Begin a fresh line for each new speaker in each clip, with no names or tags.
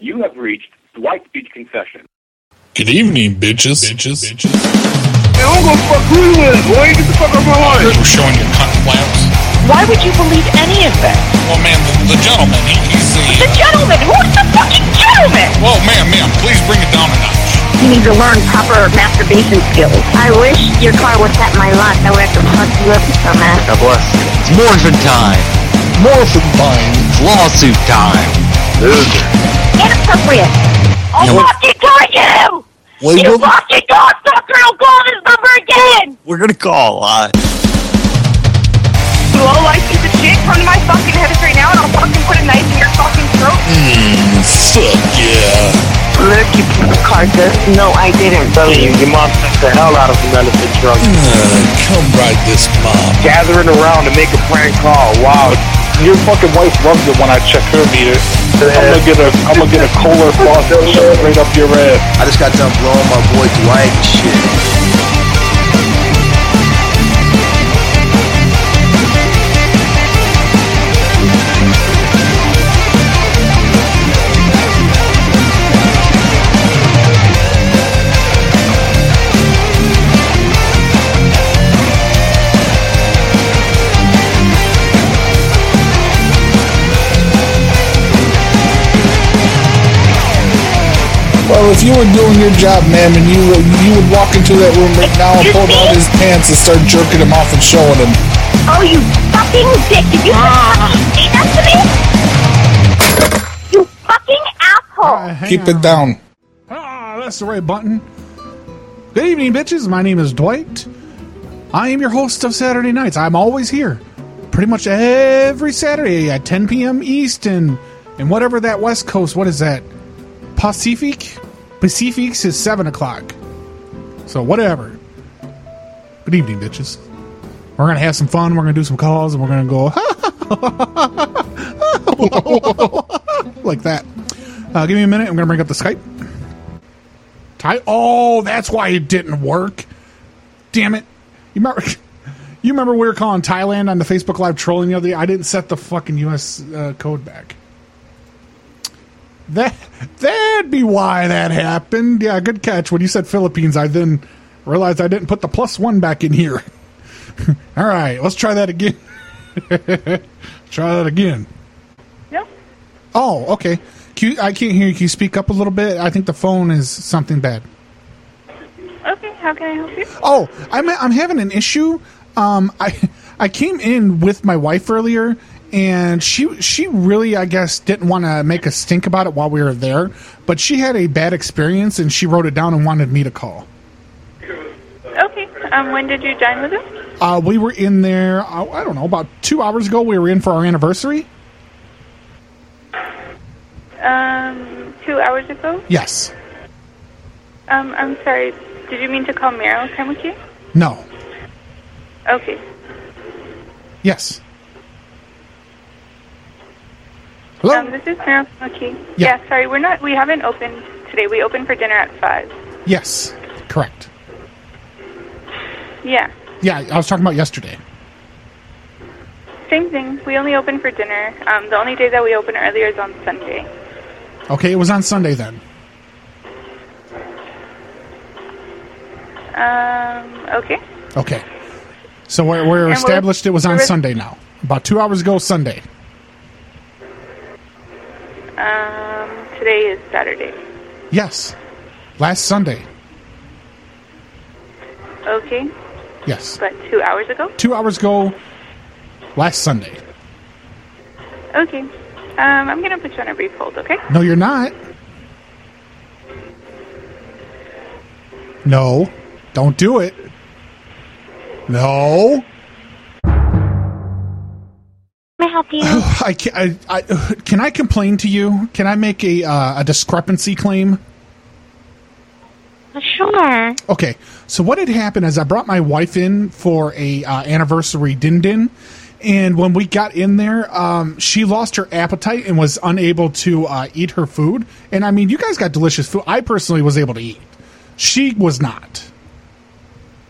You have reached Dwight Beach Confession.
Good evening, bitches. Bitches. bitches.
I don't go fuck who you is, boy. Get the fuck out of my life.
We're showing your cunt flaps.
Why would you believe any of this?
Well, man, the, the gentleman, he, he's
The
the.
gentleman! Who's the fucking gentleman?
Whoa, ma'am, ma'am, please bring it down a notch.
You need to learn proper masturbation skills. I wish your car was at my lot. I would have to fuck you up some ass.
Morphin time. Morphin time. Lawsuit time.
Inappropriate. I'll
Yeah, what-
fucking kill you! You
Legal.
fucking cocksucker! I'll call this number again!
We're gonna call a lot.
You all like piece of shit? Come to my fucking head right now and I'll fucking put a knife in your fucking throat.
Fuck yeah.
Look, you piece of carcass. No, I didn't.
telling you, your mom sucks the
"Oh,
hell out of you out of the drunk.
Uh, come ride this mob.
Gathering around to make a prank call. Wow.
Your fucking wife loves it when I check her meter. I'm gonna get a I'm gonna get a Kohler faucet and shove it right up your ass.
I just got done blowing my boy Dwight and shit.
Well, if you were doing your job, ma'am, and you were- you would walk into that room right now and pull down his pants and start jerking him off and showing him.
Oh, you fucking dick! Did you fucking say that to me? You fucking asshole!
Hang
Keep
on.
it down.
Ah, that's the right button. Good evening, bitches. My name is Dwight. I am your host of Saturday nights. I'm always here, pretty much every Saturday at 10 p.m. East and and whatever that West Coast. What is that? Pacific. Pacific's is seven o'clock. So whatever. Good evening, bitches. We're gonna have some fun. We're gonna do some calls, and we're gonna go like that. Uh, give me a minute. I'm gonna bring up the Skype. Ty- oh, that's why it didn't work. Damn it! You remember? You remember we were calling Thailand on the Facebook Live trolling the other day? I didn't set the fucking U.S. Uh, code back. That that'd be why that happened. Yeah, good catch. When you said Philippines, I then realized I didn't put the plus one back in here. All right, let's try that again. try that again. Oh, okay. Can you, I can't hear you. Can you speak up a little bit? I think the phone is something bad.
Okay, how can I help you?
Oh, I'm I'm having an issue. Um, I I came in with my wife earlier, and she she really I guess didn't want to make a stink about it while we were there, but she had a bad experience and she wrote it down and wanted me to call.
Okay, um, when did you dine with us?
Uh, we were in there. I, I don't know about two hours ago. We were in for our anniversary.
Um, two hours ago?
Yes.
Um, I'm sorry, did you mean to call Meryl Kamuki?
No.
Okay,
Yes. Hello.
um, this is Meryl Kamuki.
Yeah.
yeah, sorry, we're not, we haven't opened today. We open for dinner at 5.
yes. Correct.
Yeah,
Yeah, I was talking about yesterday.
same thing. We only open for dinner. Um, the only day that we open earlier is on Sunday.
Okay, it was on Sunday then.
Um, okay.
Okay. So we're, we're
we're-
established it was on
we're-
Sunday now. About two hours ago, Sunday.
Um, today is Saturday.
Yes. Last Sunday.
Okay,
Yes.
but two hours ago?
Two hours ago, last Sunday.
Okay. Um, I'm gonna put you on a brief hold, okay?
No, you're not. No. Don't do it. No.
May I help you?
Oh, I can, I, I, can I complain to you? Can I make a, uh, a discrepancy claim?
sure.
Okay, so what had happened is I brought my wife in for a uh, anniversary din din, and when we got in there, um, she lost her appetite and was unable to uh, eat her food. And I mean, you guys got delicious food. I personally was able to eat. She was not.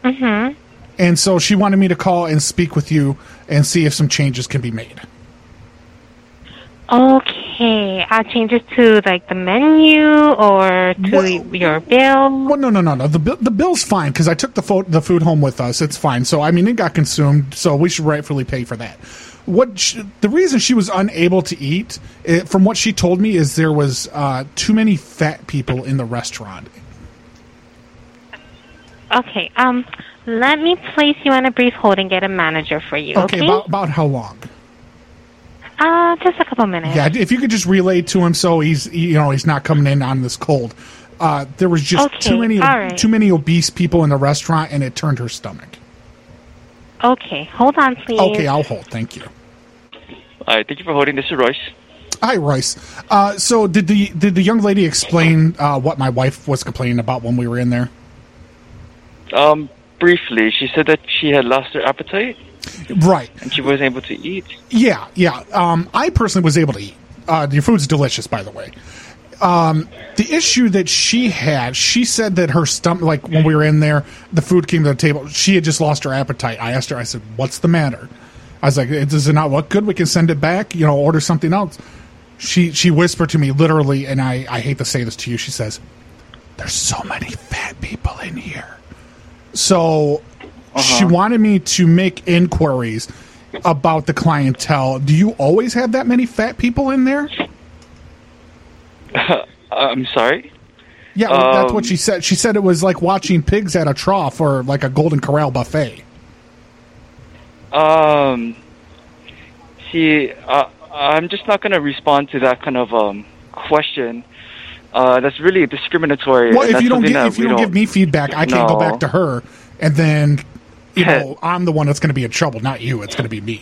Mm-hmm.
Mm-hmm.
And so she wanted me to call and speak with you and see if some changes can be made.
Okay.
Okay, I'll change it to like the menu or to
What?
your bill.
Well, no, no, no, no. The bill, the bill's fine because I took the fo- the food home with us. It's fine. So I mean, it got consumed. So we should rightfully pay for that. What sh the reason she was unable to eat, eh, from what she told me, is there was uh, too many fat people in the restaurant.
Okay, um, let me place you on a brief hold and get a manager for you.
Okay,
Okay,
about, about how long?
uh, just a couple minutes.
Yeah, if you could just relay to him so he's you know he's not coming in on this cold. Uh, there was just
Okay,
too many
all right.
too many obese people in the restaurant, and it turned her stomach.
Okay, hold on, please.
Okay, I'll hold. Thank you.
All right, thank you for holding. This is Royce.
Hi, Royce. Uh, so did the did the young lady explain uh, what my wife was complaining about when we were in there?
Um, briefly, she said that she had lost her appetite
Right.
and she wasn't able to eat.
Yeah, yeah. Um, I personally was able to eat. Uh, your food's delicious, by the way. Um, the issue that she had, she said that her stomach, like when we were in there, the food came to the table. She had just lost her appetite. I asked her, I said, "What's the matter?" I was like, "Does it not look good? We can send it back. You know, order something else." She she whispered to me literally, and I I hate to say this to you. She says, "There's so many fat people in here." So
Uh-huh.
she wanted me to make inquiries about the clientele. Do you always have that many fat people in there?
Uh, I'm sorry.
Yeah, well, that's
Um,
what she said. She said it was like watching pigs at a trough or like a Golden Corral buffet.
Um, see, uh, I'm just not going to respond to that kind of um, question. Uh, that's really discriminatory.
Well,
and
if
that's
you don't
something
give,
that
if you
we
don't, give me feedback, I can't go
No.
back to her, and then you know I'm the one that's going to be in trouble, not you. It's going to be me.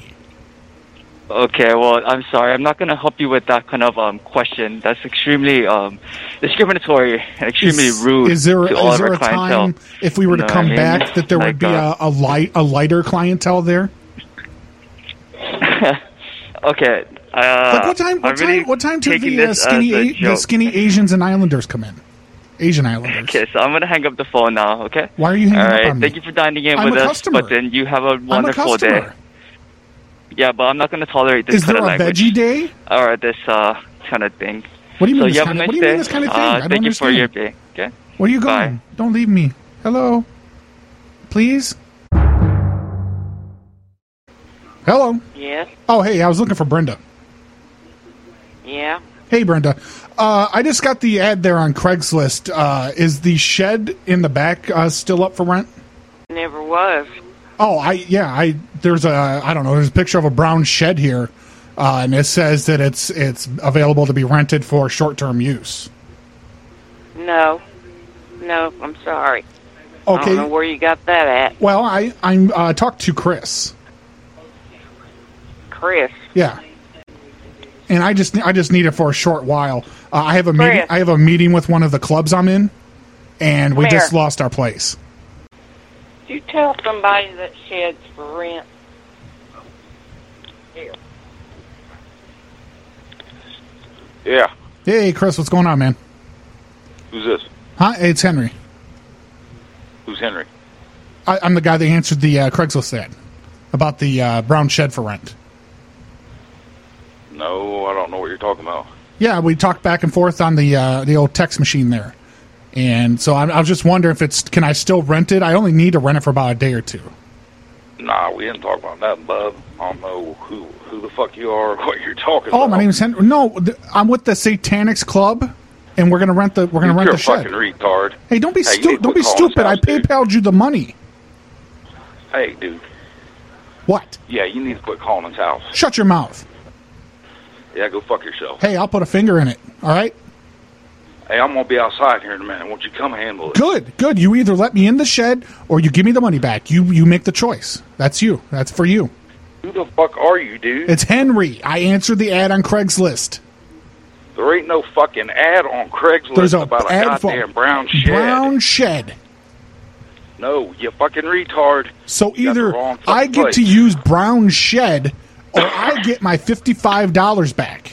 Okay, well, I'm sorry. I'm not going to help you with that kind of um, question. That's extremely um, discriminatory and extremely
is,
rude.
Is there
to all of
is
our
there a
clientele.
time if we were to
You know
come
what I mean?
back that there would
Like,
be
uh,
a, a light a lighter clientele there?
okay. Uh,
Like what time? What
I'm really
time? What time do
taking
the uh,
this
skinny
as a
a- the
joke.
skinny Asians and Islanders come in? Asian Islanders.
Okay, so I'm gonna hang up the phone now. Okay.
Why are you hanging
All
up
right.
on me?
Thank you for dining in
I'm
with
a
us.
customer.
But then you have a
I'm a
wonderful day.
customer.
Yeah, but I'm not gonna tolerate this
Is there
kind
a
of language
veggie day?
or this uh, kind of thing.
What do you
so
mean this
you have
kind
a nice
of- what do you
day.
mean this kind of thing?
Uh,
I don't
thank you for your
understand.
day. Okay.
Where are you
Bye.
going? Don't leave me. Hello. Please. Hello.
Yes.
Oh, hey, I was looking for Brenda.
Yeah.
Hey, Brenda. Uh, I just got the ad there on Craigslist. Uh, is the shed in the back uh, still up for rent?
Never was.
Oh, I yeah, I there's a I don't know, there's a picture of a brown shed here, uh, and it says that it's it's available to be rented for short term use.
No. No, I'm sorry. I
Okay.
don't know where you got that at,
Well, I I'm uh, talked to Chris.
Chris.
Yeah. And I just I just need it for a short while. Uh, I have a meeting
Chris.
I have a meeting with one of the clubs I'm in, and we
Where?
just lost our place.
Did you tell somebody that shed's for rent?
Yeah.
Hey, Chris, what's going on, man?
Who's this?
Huh? It's Henry.
Who's Henry?
I, I'm the guy that answered the uh, Craigslist ad about the uh, brown shed for rent.
No, I don't know what you're talking about.
Yeah, we talked back and forth on the uh, the old text machine there, and so I, I was just wondering if it's can I still rent it? I only need to rent it for about a day or two.
Nah, we didn't talk about nothing, bub. I don't know who who the fuck you are or what you're talking
Oh,
about.
my name's Henry. No, th- I'm with the Satanics Club, and we're gonna rent the we're gonna rent
You're a
the shed.
fucking retard.
Hey, don't be
Hey, you need
stupid!
to
Don't be
quit calling
stupid! I
us out, dude.
PayPal'd you the money.
Hey, dude.
What?
Yeah, you need to quit calling his house.
Shut your mouth.
Yeah, go fuck yourself.
Hey, I'll put a finger in it. All right.
Hey, I'm gonna be outside here in a minute. Won't you come handle it?
Good. Good. You either let me in the shed or you give me the money back. You you make the choice. That's you. That's for you.
Who the fuck are you, dude?
It's Henry. I answered the ad on Craigslist.
There ain't no fucking ad on Craigslist
There's a
about a
ad for-
goddamn brown shed.
Brown shed.
No, you fucking retard. You
So
got the
either
wrong fucking
I get
place.
to use brown shed or I get my fifty-five dollars back.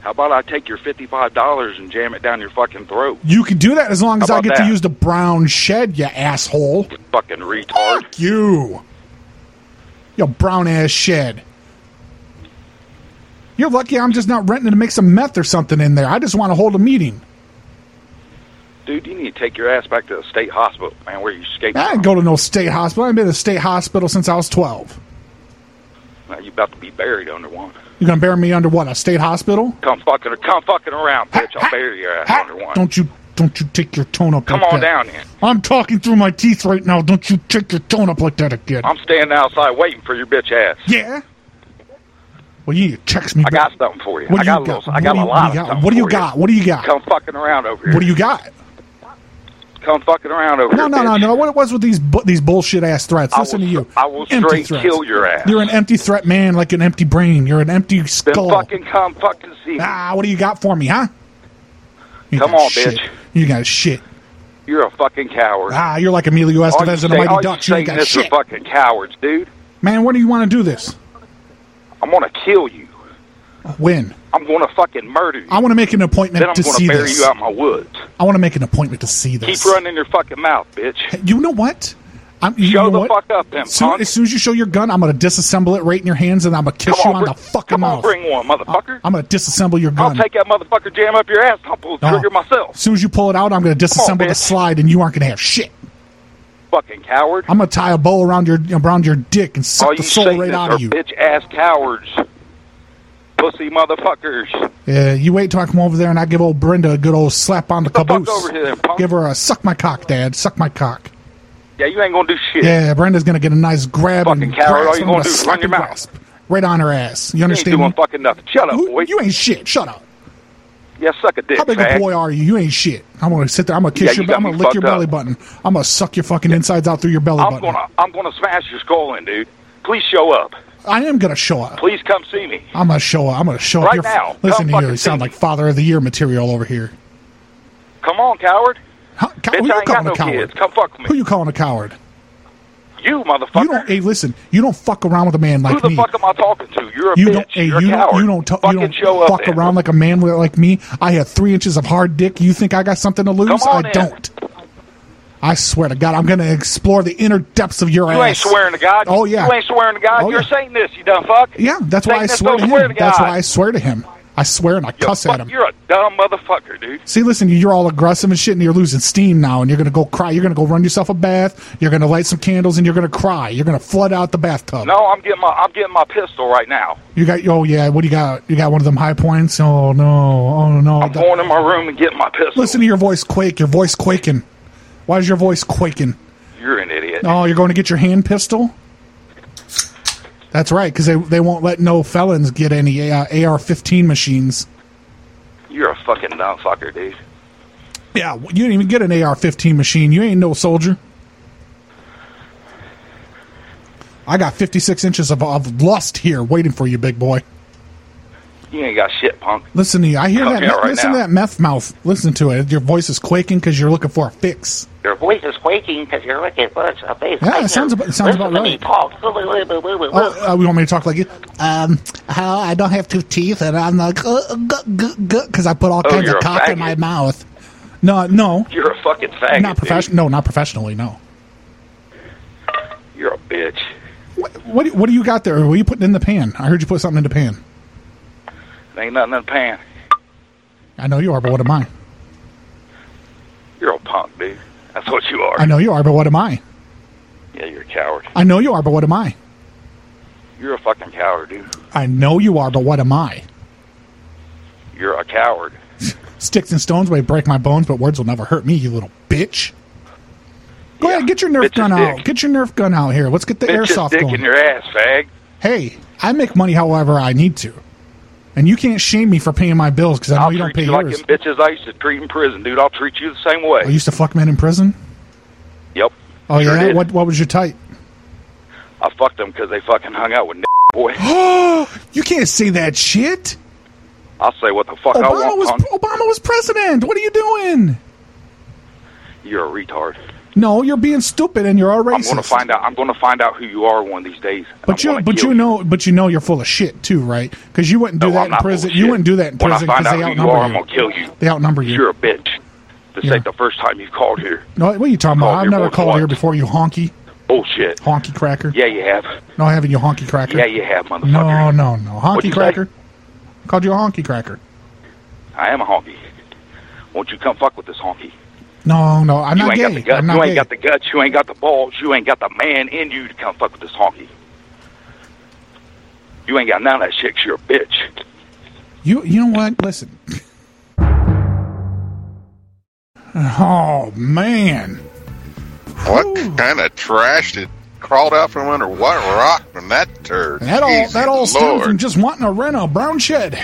How about I take your fifty-five dollars and jam it down your fucking throat,
You can do that as long as
How
I
about
get to
that?
use the brown shed, you asshole.
you fucking retard?
You. You brown ass shed. You're lucky I'm just not renting to make some meth or something in there. I just want to hold a meeting.
Dude, you need to take your ass back to the state hospital, man, where you skate.
I didn't go to no state hospital. I ain't been to a state hospital since I was 12.
Now you about to be buried under one.
You're going to bury me under what, a state hospital?
Come fucking, come fucking around, bitch. I'll bury your ass under one.
Don't you don't you take your tone up
Come
like
on
that.
down here.
I'm talking through my teeth right now. Don't you take your tone up like that again.
I'm standing outside waiting for your bitch ass.
Yeah. Well, you need to text me
I
back.
got something for you.
What
I
do you
got, a
got?
little, I got
What do
a lot
you- what do you
of
got?
something
What do you
for
got? What do you got?
Come fucking around over here.
What do you got?
Come fucking around over
No,
here.
no, no, no. What it was with these bu- these bullshit ass threats?
I
Listen
will
to you.
I will
Empty
straight
threats.
kill your ass.
You're an empty threat man, like an empty brain. You're an empty
Then
skull.
fucking come fucking see me.
ah, what do you got for me, huh? You
Come
got
on,
shit.
bitch.
You got shit.
You're a fucking coward.
Ah, you're like Emilio
all you
Estevez in
say-
the
all
Mighty
you
Ducks. You ain't got
Satanists are
shit.
fucking cowards, dude.
Man, when do you want to do this?
I'm gonna kill you.
When?
I'm gonna fucking murder you.
I want to make an appointment
then I'm
to
gonna
see
bury
this.
you out in my woods.
I want to make an appointment to see this.
Keep running your fucking mouth, bitch.
You know what? I'm, you
Show
know
the
what?
fuck up, then,
Soon-
punk.
as soon as you show your gun, I'm gonna disassemble it right in your hands, and I'm gonna kiss
Come
you
on,
on
bring-
the fucking
Come on,
mouth. Uh.
bring one, motherfucker.
I'm gonna disassemble your
I'll
gun.
take that motherfucker jam up your ass. I'll pull the
No.
trigger myself.
As soon as you pull it out, I'm gonna disassemble the
bitch.
slide, and you aren't gonna have shit.
Fucking coward.
I'm gonna tie a bow around your around your dick and suck
All
the
you
soul right
Satanists
out
are
of you.
bitch ass cowards. Pussy motherfuckers.
Yeah, you wait till I come over there and I give old Brenda a good old slap on the caboose.
over here, punk.
Give her a suck my cock, Dad. Suck my cock.
Yeah, you ain't gonna do shit.
Yeah, Brenda's gonna get a nice grab and
Coward, all
grasp
you
and I'm
gonna
gonna
do is run
slap
your
and
mouth.
grasp right on her ass. You
You
understand?
ain't doing
me?
fucking nothing. Shut up, boy.
You ain't shit. Shut up.
Yeah, suck a dick,
How big
fag.
a boy are you? You ain't shit. I'm gonna sit there. I'm gonna
Yeah,
kiss
you
your.
got
I'm gonna
me
lick your
fucked up.
belly button. I'm gonna suck your fucking insides out through your belly
I'm
button.
gonna I'm gonna smash your skull in, dude. Please show up.
I am gonna show up.
Please come see me.
I'm gonna show up. I'm gonna show up.
Right
You're f-
now. Come
Listen to you. You
fucking
sound
see
like father of the year material over here.
Come on, coward.
cow-
Bitch,
who you
I ain't
calling
got
a
no
coward?
kids. Come fuck me.
Who you calling a coward?
You motherfucker.
You don't. Hey, listen. You don't fuck around with a man
Who
like
the
me.
fuck am I talking to? You're a
You
bitch.
don't. Hey,
You're
you
a coward.
don't. You don't. T- you
fucking
don't
show up.
fuck
then.
around like a man li- like me. I had three inches of hard dick. You think I got something to lose?
Come on
I
in.
don't. I swear to God, I'm gonna explore the inner depths of your
You
ass.
ain't swearing to God.
Oh yeah.
You ain't swearing to God.
Oh,
You're
yeah.
saying this, you dumb fuck.
Yeah, that's why I
Satanists
swear to
don't
him.
swear to
that's
God.
why I swear to him. I swear and I cuss at him.
You're a dumb motherfucker, dude.
See, listen, you're all aggressive and shit, and you're losing steam now, and you're gonna go cry. You're gonna go run yourself a bath. You're gonna light some candles, and you're gonna cry. You're gonna flood out the bathtub.
No, I'm getting my I'm getting my pistol right now.
You got, oh yeah, what do you got? You got one of them high points? Oh no, oh no.
I'm going in my room and getting my pistol.
Listen to your voice quake. Your voice quaking. Why is your voice quaking?
You're an idiot.
Oh, you're going to get your hand pistol? That's right, because they, they won't let no felons get any uh, AR 15 machines.
You're a fucking dumb fucker, dude.
Yeah, you didn't even get an AR 15 machine. You ain't no soldier. I got 56 inches of, of lust here waiting for you, big boy.
You ain't got shit, punk.
Listen to you. I hear
Come
that.
here
meth-
right
listen
now.
to that meth mouth. Listen to it. Your voice is quaking because you're looking for a fix.
Your voice is quaking because you're looking for a face.
Yeah,
I
it
hear-
sounds about- it sounds
Listen
about
to
right.
Me talk. Oh,
Oh, uh, you want me to talk like you? Um, how I don't have two teeth, and I'm like, because uh, gu- gu- gu- 'cause I put all
Oh,
kinds of
you're a
cock in
faggot.
my mouth. No, no,
You're a fucking faggot.
not professional. No, not professionally. No.
dude. You're a bitch.
What do- What do you got there? What are you putting in the pan? I heard you put something in the pan.
There ain't nothing in the pan.
I know you are, but what am I?
You're a punk, dude. That's what you are.
I know you are, but what am I?
Yeah, you're a coward.
I know you are, but what am I?
You're a fucking coward, dude.
I know you are, but what am I?
You're a coward.
Sticks and stones may break my bones, but words will never hurt me. You little bitch. Go ahead, get your nerf
bitch's
gun out.
dick.
Get your nerf gun out here. Let's get the
Bitch,
airsoft
dick
going.
in your ass, fag.
hey, I make money however I need to. And you can't shame me for paying my bills because I know you don't
Treat
pay
you like
yours.
them bitches I used to treat in prison, dude. I'll treat you the same way.
I used to fuck men in prison.
Yep.
Oh
Sure
yeah,
did.
what what was your type?
I fucked them because they fucking hung out with n- boy.
you can't say that shit.
I'll say what the fuck I
Obama
want,
Oh, was
punk.
Obama was president. What are you doing?
You're a retard.
No, you're being stupid and you're all
I'm gonna
racist.
find out. I'm gonna find out who you are one of these days.
But you but you know but you know you're full of shit too, right? Because you wouldn't do that in prison. You wouldn't do that in
When I
prison
find
because
out
they
who you are, I'm gonna
outnumber you.
kill you.
They outnumber you.
You're a bitch. This ain't the first time you've called here.
No, what are you talking about? I've
here
never
more than
called here
once.
before. You honky
Bullshit.
honky cracker.
Yeah, you have.
No, I haven't. You honky cracker.
Yeah, you have, motherfucker.
No, no, no. Honky
What'd you say?
cracker. Called you a honky cracker.
I am a honky. Won't you come fuck with this honky?
No, no, I'm
you
not
ain't got the
gay.
guts.
I'm
you
not
ain't
gay.
got the guts. You ain't got the balls. You ain't got the man in you to come fuck with this honky. You ain't got none of that shit. 'cause You're a bitch.
You you know what? Listen. Oh man.
What kind of trash did crawled out from under what rock from that turd?
And that all
Jesus
that all stemmed
Lord.
from just wanting to rent a brown shed.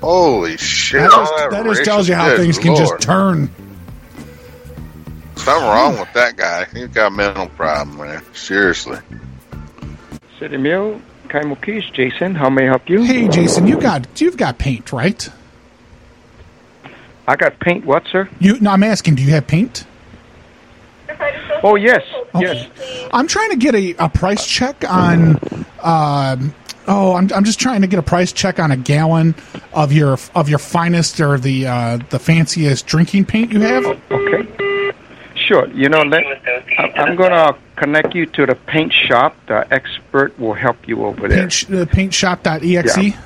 Holy shit!
That
all
just, that just tells you how
good
things can just
Lord.
turn.
Something wrong with that guy. He's got a mental problem, man. Seriously.
City Mill, Kaimukis, Jason, how may I help you?
Hey, Jason, you got you've got paint, right?
I got paint, what, sir?
You no, I'm asking, do you have paint?
Oh, yes, yes.
I'm trying to get a, a price check on. Um, oh, I'm, I'm just trying to get a price check on a gallon of your of your finest or the uh, the fanciest drinking paint you have.
Okay. Sure. You know, let, I- I'm going to connect you to the paint shop. The expert will help you over there.
Paint, sh- uh, paintshop.exe.
Yeah.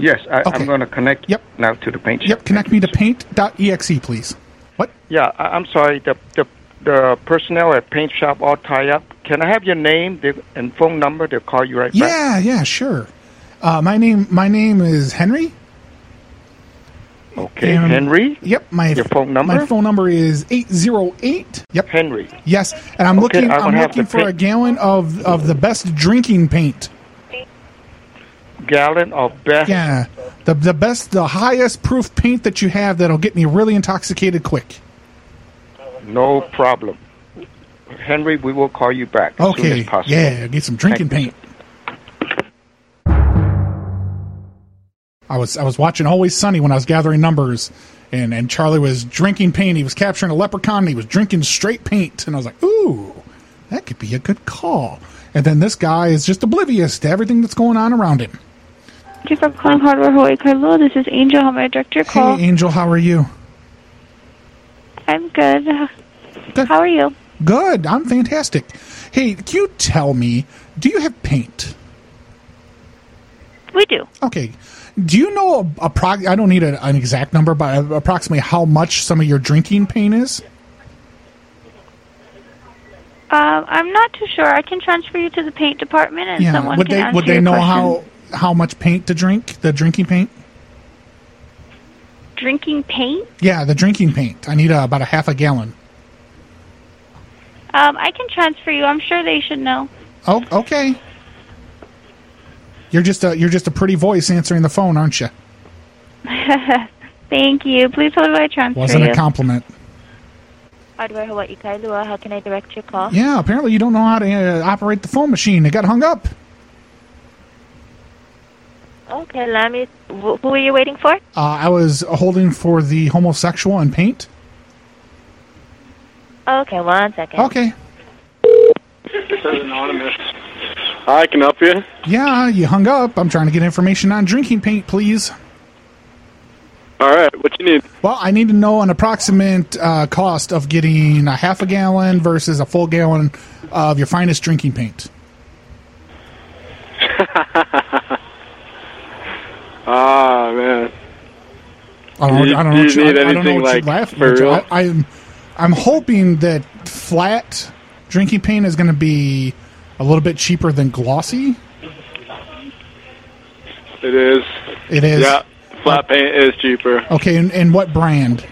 Yes, I,
Okay.
I'm going to connect yep. now to the paint shop.
Yep, connect me to paint.exe, E, please. What?
Yeah, I, I'm sorry. The, the the personnel at paint shop all tie up. Can I have your name they, and phone number? They'll call you right back.
Yeah, yeah, sure. Uh, my name my name is Henry.
Okay,
Um,
Henry.
Yep, my
your phone number.
My phone number is eight zero eight. Yep,
Henry.
Yes, and I'm
Okay,
looking
I will
I'm
have
looking
the
for
paint.
a gallon of of the best drinking paint.
Gallon of best.
Yeah, the the best, the highest proof paint that you have that'll get me really intoxicated quick.
No problem. Henry, we will call you back as soon as
Okay,
possible.
yeah, get some drinking
Thank you.
paint. I was I was watching Always Sunny when I was gathering numbers, and and Charlie was drinking paint. He was capturing a leprechaun. and He was drinking straight paint, and I was like, ooh, that could be a good call. And then this guy is just oblivious to everything that's going on around him.
Thank you for calling Hardware Hawaii Carlo. This is Angel. How may I direct your call?
Hey, Angel, how are you?
I'm good.
Good.
How are you?
Good. I'm fantastic. Hey, can you tell me, do you have paint?
We do.
Okay. Do you know a, a prog- I don't need a, an exact number, but approximately how much some of your drinking paint is?
Um, I'm not too sure. I can transfer you to the paint department, and someone
Would
can
they
answer
would they
your
know
question.
how how much paint to drink? The drinking paint?
drinking paint?
Yeah, the drinking paint. I need uh, about a half a gallon.
Um, I can transfer you. I'm sure they should know.
Oh, okay. You're just a you're just a pretty voice answering the phone, aren't you?
Thank you. Please hold while I transfer
Wasn't
you.
a compliment.
Hardware Hawaii Kailua, how can I direct your call?
Yeah, apparently you don't know how to uh, operate the phone machine. It got hung up.
Okay, let me. Wh- who are you waiting for?
Uh, I was holding for the homosexual and paint.
Okay, one second.
Okay.
This is anonymous. I can help you.
Yeah, you hung up. I'm trying to get information on drinking paint, please.
All right, what you need?
Well, I need to know an approximate uh, cost of getting a half a gallon versus a full gallon of your finest drinking paint.
Ah, man.
I don't,
Do you-
I don't
do
know
you
what you,
need
I, I don't know
anything,
what you
like,
laugh
for
at.
real?
I, I'm, I'm hoping that flat drinking paint is going to be a little bit cheaper than glossy.
It is.
It is. Uh,
Yeah, flat paint is cheaper.
Okay, and, and what brand?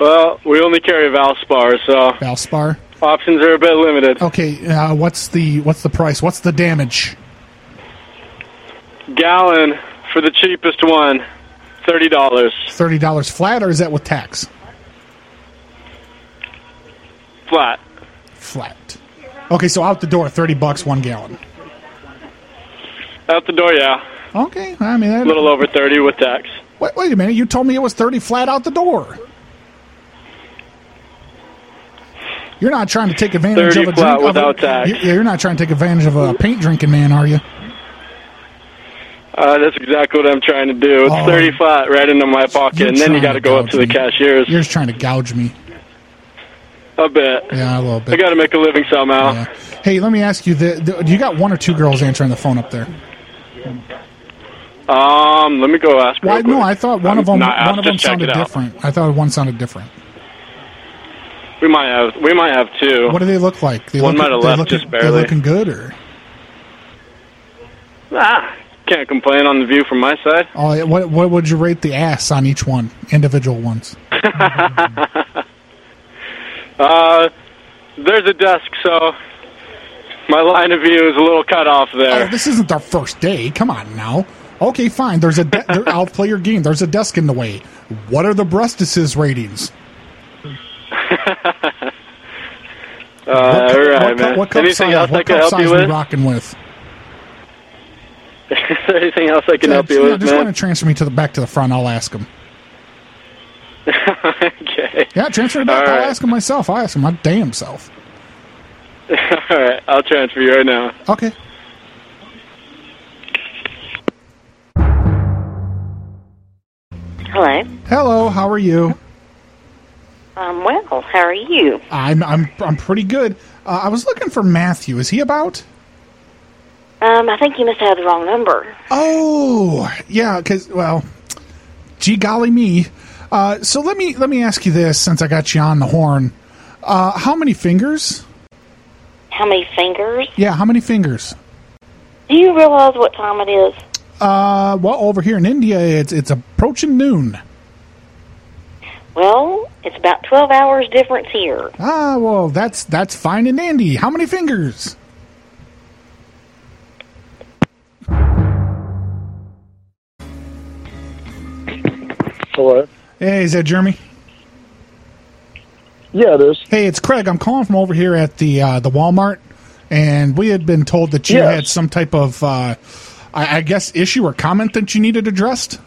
Well, we only carry Valspar, so
Valspar.
options are a bit limited.
Okay, uh, what's the what's the price? What's the damage?
Gallon for the cheapest one, thirty dollars
Thirty dollars flat, or is that with tax?
flat.
Flat. Okay, so out the door, thirty bucks one gallon.
Out the door, yeah.
Okay, I mean
A
that,
little over thirty with tax.
Wait, wait a minute. You told me it was 30 flat out the door. You're not trying to take advantage
30
of a
flat
drink of a-
without tax.
you- You're not trying to take advantage of a paint drinking man, are you?
Uh, that's exactly what I'm trying to do. It's
Oh.
thirty flat right into my pocket,
You're
and then you
trying
got to
to
go up to the cashiers
You're just trying to gouge me.
a bit.
Yeah, a little
I
bit.
got to make a living somehow.
Hey, let me ask you: the, the, do you got one or two girls answering the phone up there?
Um, let me go ask. real
Why? No,
quick.
I thought one of
I'm
them.
not- I'll
one of them
just check
sounded
it out.
different. I thought one sounded different.
We might have. We might have two.
What do they look like? They
One
look,
might have
they
left
look-
just
they
barely.
looking good, or
Ah, can't complain on the view from my side.
oh, yeah, what? What would you rate the ass on each one? Individual ones.
Uh, there's a desk, so my line of view is a little cut off
Oh,
there.
this isn't our first day. Come on now. Okay, fine. There's a. De- there, I'll play your game. There's a desk in the way. What are the breastises ratings?
Uh, all right,
what,
man.
What cup
Anything
size,
else I
what
can
cup
help
size
you
we
with?
rocking with?
Is there anything else I can help you
Yeah,
with,
just
man?
want to transfer me to the back to the front. I'll ask him.
okay.
Yeah, transfer it back.
All
I'll
right.
ask him myself. I'll ask him my damn self.
All right, I'll transfer you right now.
Okay.
Hello.
Hello. How are you?
Um, well, how are you?
I'm I'm I'm pretty good. Uh, I was looking for Matthew. Is he about?
Um, I think you must have the wrong number.
Oh, yeah. Because well, gee golly me. Uh, so let me let me ask you this, since I got you on the horn. Uh, how many fingers?
How many fingers?
Yeah, how many fingers?
Do you realize what time it is?
Uh, well, over here in India, it's it's approaching noon.
Well, it's about 12 hours difference here.
Ah, well, that's that's fine and dandy. How many fingers?
Hello.
Hey, is that Jeremy?
Yeah, it is.
Hey, it's Craig. I'm calling from over here at the uh, the Walmart, and we had been told that you
Yes.
had some type of, uh, I, I guess, issue or comment that you needed addressed.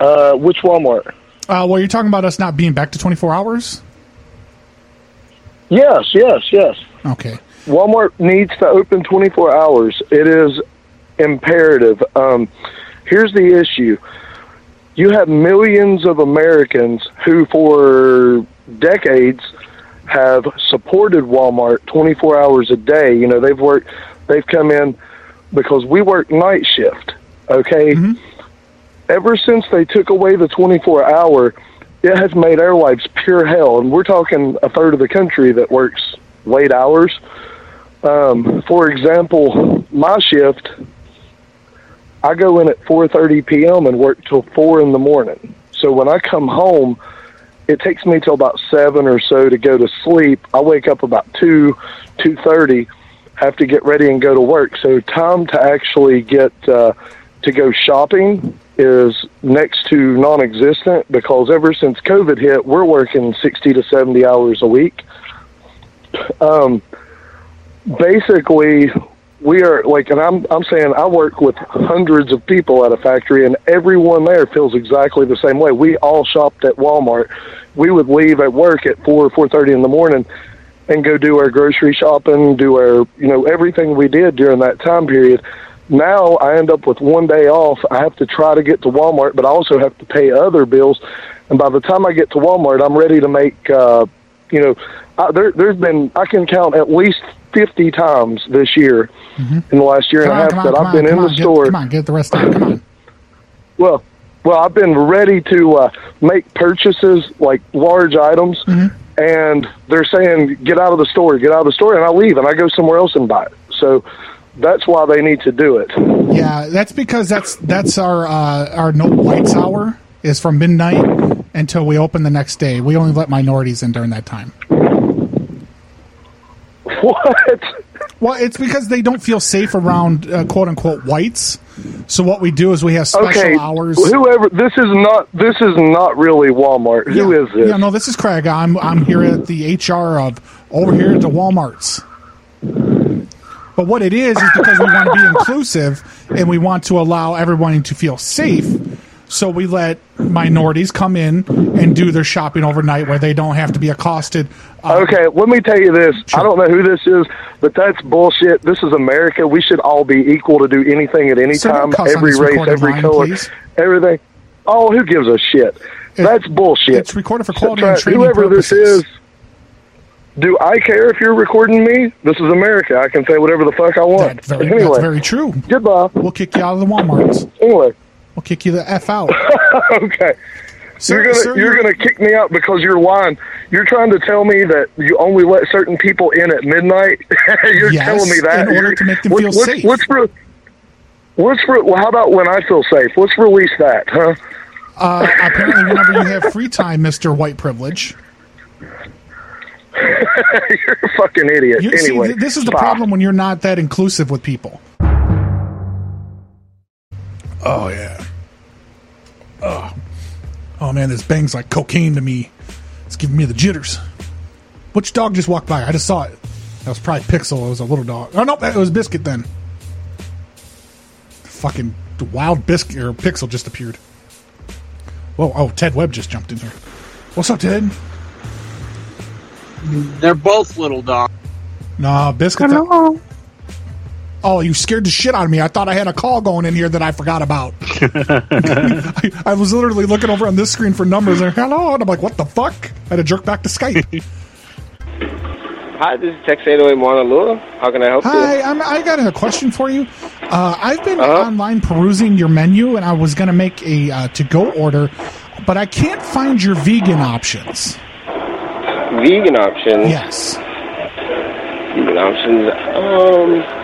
Uh, which Walmart?
Uh, well, you're talking about us not being back to 24 hours.
Yes, yes, yes.
Okay.
Walmart needs to open 24 hours. It is imperative. Um, here's the issue you have millions of Americans who, for decades, have supported Walmart 24 hours a day. You know, they've worked, they've come in because we work night shift, okay? Ever since they took away the 24 hour, it has made our lives pure hell. And we're talking a third of the country that works late hours. Um, for example, my shift, I go in at 4:30 p.m. and work till four in the morning. So when I come home, it takes me till about seven or so to go to sleep. I wake up about two, two thirty, have to get ready and go to work. So time to actually get uh, to go shopping is next to non-existent because ever since COVID hit, we're working sixty to seventy hours a week. Um, basically, we are like, and I'm I'm saying I work with hundreds of people at a factory, and everyone there feels exactly the same way. We all shopped at Walmart. We would leave at work at four four thirty in the morning, and go do our grocery shopping, do our you know everything we did during that time period. Now I end up with one day off. I have to try to get to Walmart, but I also have to pay other bills. And by the time I get to Walmart, I'm ready to make uh, you know, I, there, there's been I can count at least fifty times this year
Mm-hmm.
in the last year and a half that I've been in the
on,
store.
Get, come on, get the rest out. Come on.
Well, well, I've been ready to uh, make purchases like large items,
Mm-hmm.
and they're saying get out of the store, get out of the store, and I leave and I go somewhere else and buy it. So that's why they need to do it.
Yeah, Uh, that's because that's that's our uh, our no whites hour is from midnight until we open the next day. We only let minorities in during that time.
What?
Well, it's because they don't feel safe around uh, quote unquote whites. So what we do is we have special
okay,
hours.
whoever this is not this is not really Walmart. Who is this?
Yeah, no, this is Craig. I'm I'm here at the HR of over here at the WalMarts. But what it is is because we want to be inclusive and we want to allow everyone to feel safe. So we let minorities come in and do their shopping overnight where they don't have to be accosted.
Okay, let me tell you this. I don't know who this is, but that's bullshit. This is America. We should all be equal to do anything at any
Sir, don't
time,
cuss on
every
this
race,
recorded
every
line,
color,
please.
everything. Oh, who gives a shit? that's bullshit.
It's recorded for quality
Try-
and training
Whoever
purposes.
this is, Do I care if you're recording me? This is America. I can say whatever the fuck I want.
Very,
anyway,
That's very true.
Goodbye.
We'll kick you out of the Walmarts.
Anyway.
We'll kick you the F out.
okay.
Sir-
you're gonna
sir,
you're
you're-
gonna kick me out because you're lying. You're trying to tell me that you only let certain people in at midnight. you're
Yes,
telling me that
in order
You're-
to make them
what-
feel
what's,
safe.
What's re- what's re- well, how about when I feel safe? Let's release that, huh?
Uh, apparently, whenever you have free time, Mister White Privilege.
you're a fucking idiot.
You, see,
anyway,
th- this is the
bye.
problem when you're not that inclusive with people. Oh yeah. Oh, oh man, this bangs like cocaine to me. It's giving me the jitters. Which dog just walked by? I just saw it. That was probably Pixel. It was a little dog. Oh no, that was Biscuit then. Fucking wild biscuit or Pixel just appeared. Whoa! Oh, Ted Webb just jumped in here. What's up, Ted?
They're both little dogs.
Nah, biscuit. Hello. Oh, you scared the shit out of me. I thought I had a call going in here that I forgot about. I, I was literally looking over on this screen for numbers and hello, and I'm like, what the fuck? I had to jerk back to Skype.
Hi, this is Tex 808 Moanalua. How can I help
Hi,
you?
I'm, I got a question for you. Uh, I've been
Uh-huh.
online perusing your menu, and I was going to make a uh, to-go order, but I can't find your vegan options.
Vegan options.
Yes.
Vegan options. Um,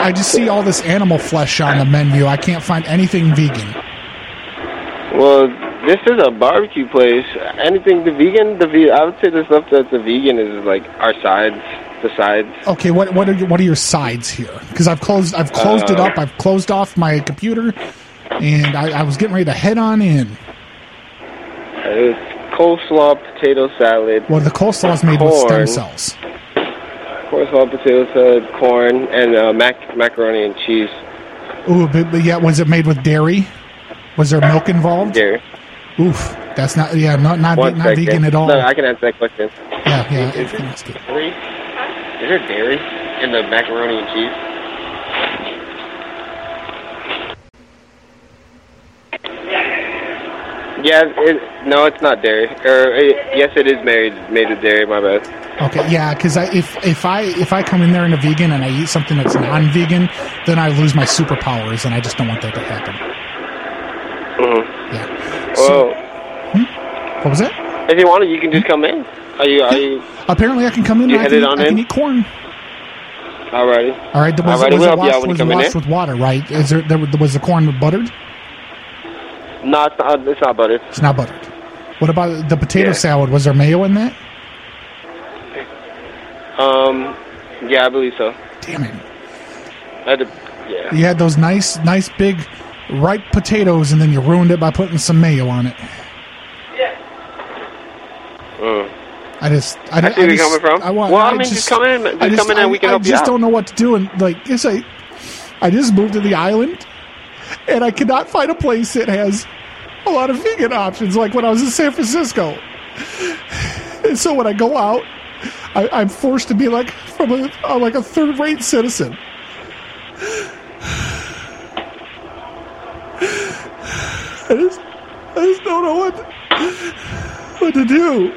I just see all this animal flesh on the menu. I can't find anything vegan.
well, this is a barbecue place. Anything the vegan, the ve- I would say the stuff that's the vegan is like our sides, the sides.
Okay, what what are what are your sides here? Because I've closed I've closed it
Uh,
up. I've closed off my computer, and I, I was getting ready to head on in.
It's coleslaw, potato salad.
Well, the coleslaw is made with stem
corn,
cells.
Coleslaw, potato salad, corn, and uh, mac- macaroni and cheese.
Ooh, but, but yeah, was it made with dairy? Was there milk involved?
Dairy.
Oof, that's not yeah, not not,
One
not
second.
vegan at all.
No, I can answer that question.
Yeah, yeah,
Is there dairy? Is there dairy in the macaroni and cheese? Yeah, it, no, it's not dairy. Or it, yes, it is made made with dairy. My bad.
Okay, yeah, because I, if if I if I come in there in a vegan and I eat something that's non-vegan, then I lose my superpowers, and I just don't want that to happen.
Mm-hmm.
Yeah. hmm?
Well,
What was that?
if you want it, you can just come in. Are you? Are you?
Apparently, I can come in.
You
and I can,
headed
eat-
on
I can
in?
eat corn.
Alrighty.
All right, was,
Alrighty,
was
we'll
it
help you
washed,
out when you
was it
come in.
washed
eh?
with water, right? Is there, there was the corn buttered?
No, it's not. It's not buttered.
It's not buttered. What about the potato
Yeah.
salad? Was there mayo in that?
Um, yeah, I believe so.
Damn it!
I had to, yeah.
You had those nice, nice big ripe potatoes, and then you ruined it by putting some mayo on it.
Mm.
I just, I,
I
don't-
see where you're
just-
coming from.
I want,
Well,
I
I mean,
just,
just come in, just
I just,
come in and
I-
we can
I
help you
just
out.
don't know what to do, and like it's a, I just moved to the island, and I cannot find a place that has a lot of vegan options. Like when I was in San Francisco, and so when I go out, I, I'm forced to be like from a, uh, like a third rate citizen. I just, I just don't know what, what to do.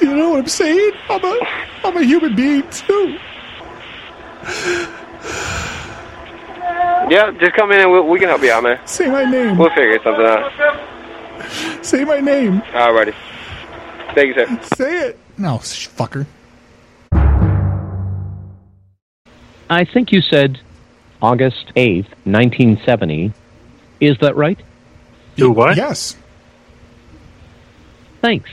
You know what I'm saying? I'm a, I'm a human being too.
Yeah, just come in and we, we can help you out, man.
Say my name.
We'll figure something out.
Say my name.
Alrighty. Thank you, sir.
Say it. No, sh- fucker.
I think you said August 8th, 1970. Is that right?
Do what? Yes.
Thanks.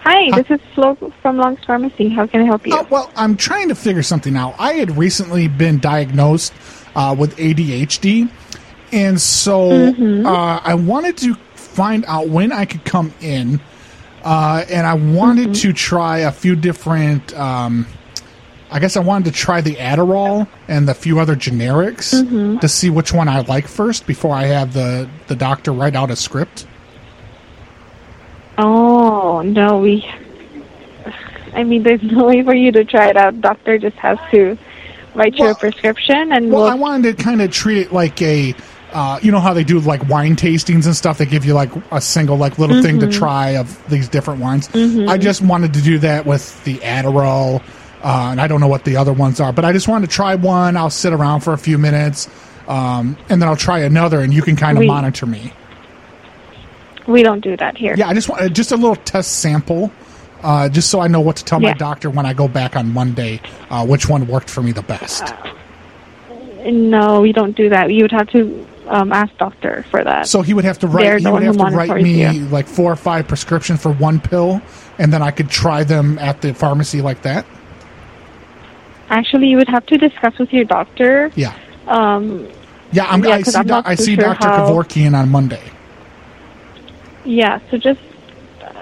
Hi, this is Flo from Long's Pharmacy. How can I help you?
Uh, Oh, well, I'm trying to figure something out. I had recently been diagnosed uh, with ADHD, and so
Mm-hmm.
uh, I wanted to find out when I could come in, uh, and I wanted
Mm-hmm.
to try a few different. Um, I guess I wanted to try the Adderall and the few other generics
Mm-hmm.
to see which one I like first before I have the, the doctor write out a script.
Oh, no, we. I mean, there's no way for you to try it out. Doctor just has to write you a prescription, and
Well,
we'll
I wanted to kind of treat it like a, uh, you know how they do like wine tastings and stuff. They give you like a single like little thing to
Mhm.
try of these different wines.
Mhm.
I just wanted to do that with the Adderall, uh, and I don't know what the other ones are, but I just wanted to try one. I'll sit around for a few minutes, um, and then I'll try another, and you can kind of
We-
monitor me.
we don't do that here.
Yeah, I just want uh, just a little test sample, uh, just so I know what to tell
Yeah.
my doctor when I go back on Monday, uh, which one worked for me the best.
No, we don't do that. You would have to um, ask doctor for that.
So he would have to write.
They're
he
the
would
one
have
who
to write
monitors
me
you.
like four or five prescriptions for one pill, and then I could try them at the pharmacy like that.
Actually, you would have to discuss with your doctor.
Yeah,
Um,
yeah. I'm,
Yeah,
I
'cause
see.
I'm
doc-
not
I
too
see
sure
Doctor
how-
Kevorkian on Monday.
yeah. So just,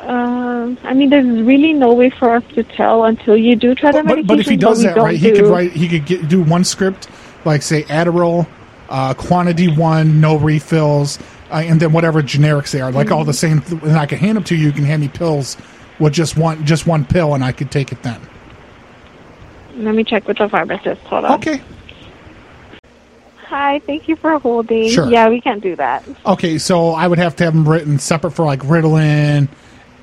um, I mean, there's really no way for us to tell until you do try the medication.
But if he does
we
that
don't
right, he could
do-
write. He could get, do one script, like say Adderall, uh, quantity one, no refills, uh, and then whatever generics they are, like all the
Mm-hmm.
same. Th- and I could hand them to you. You can hand me pills with just one, just one pill, and I could take it then.
Let me check with the pharmacist. Hold on.
Okay.
Hi. Thank you for holding.
Sure.
Yeah, we can't do that.
Okay, so I would have to have them written separate for like Ritalin,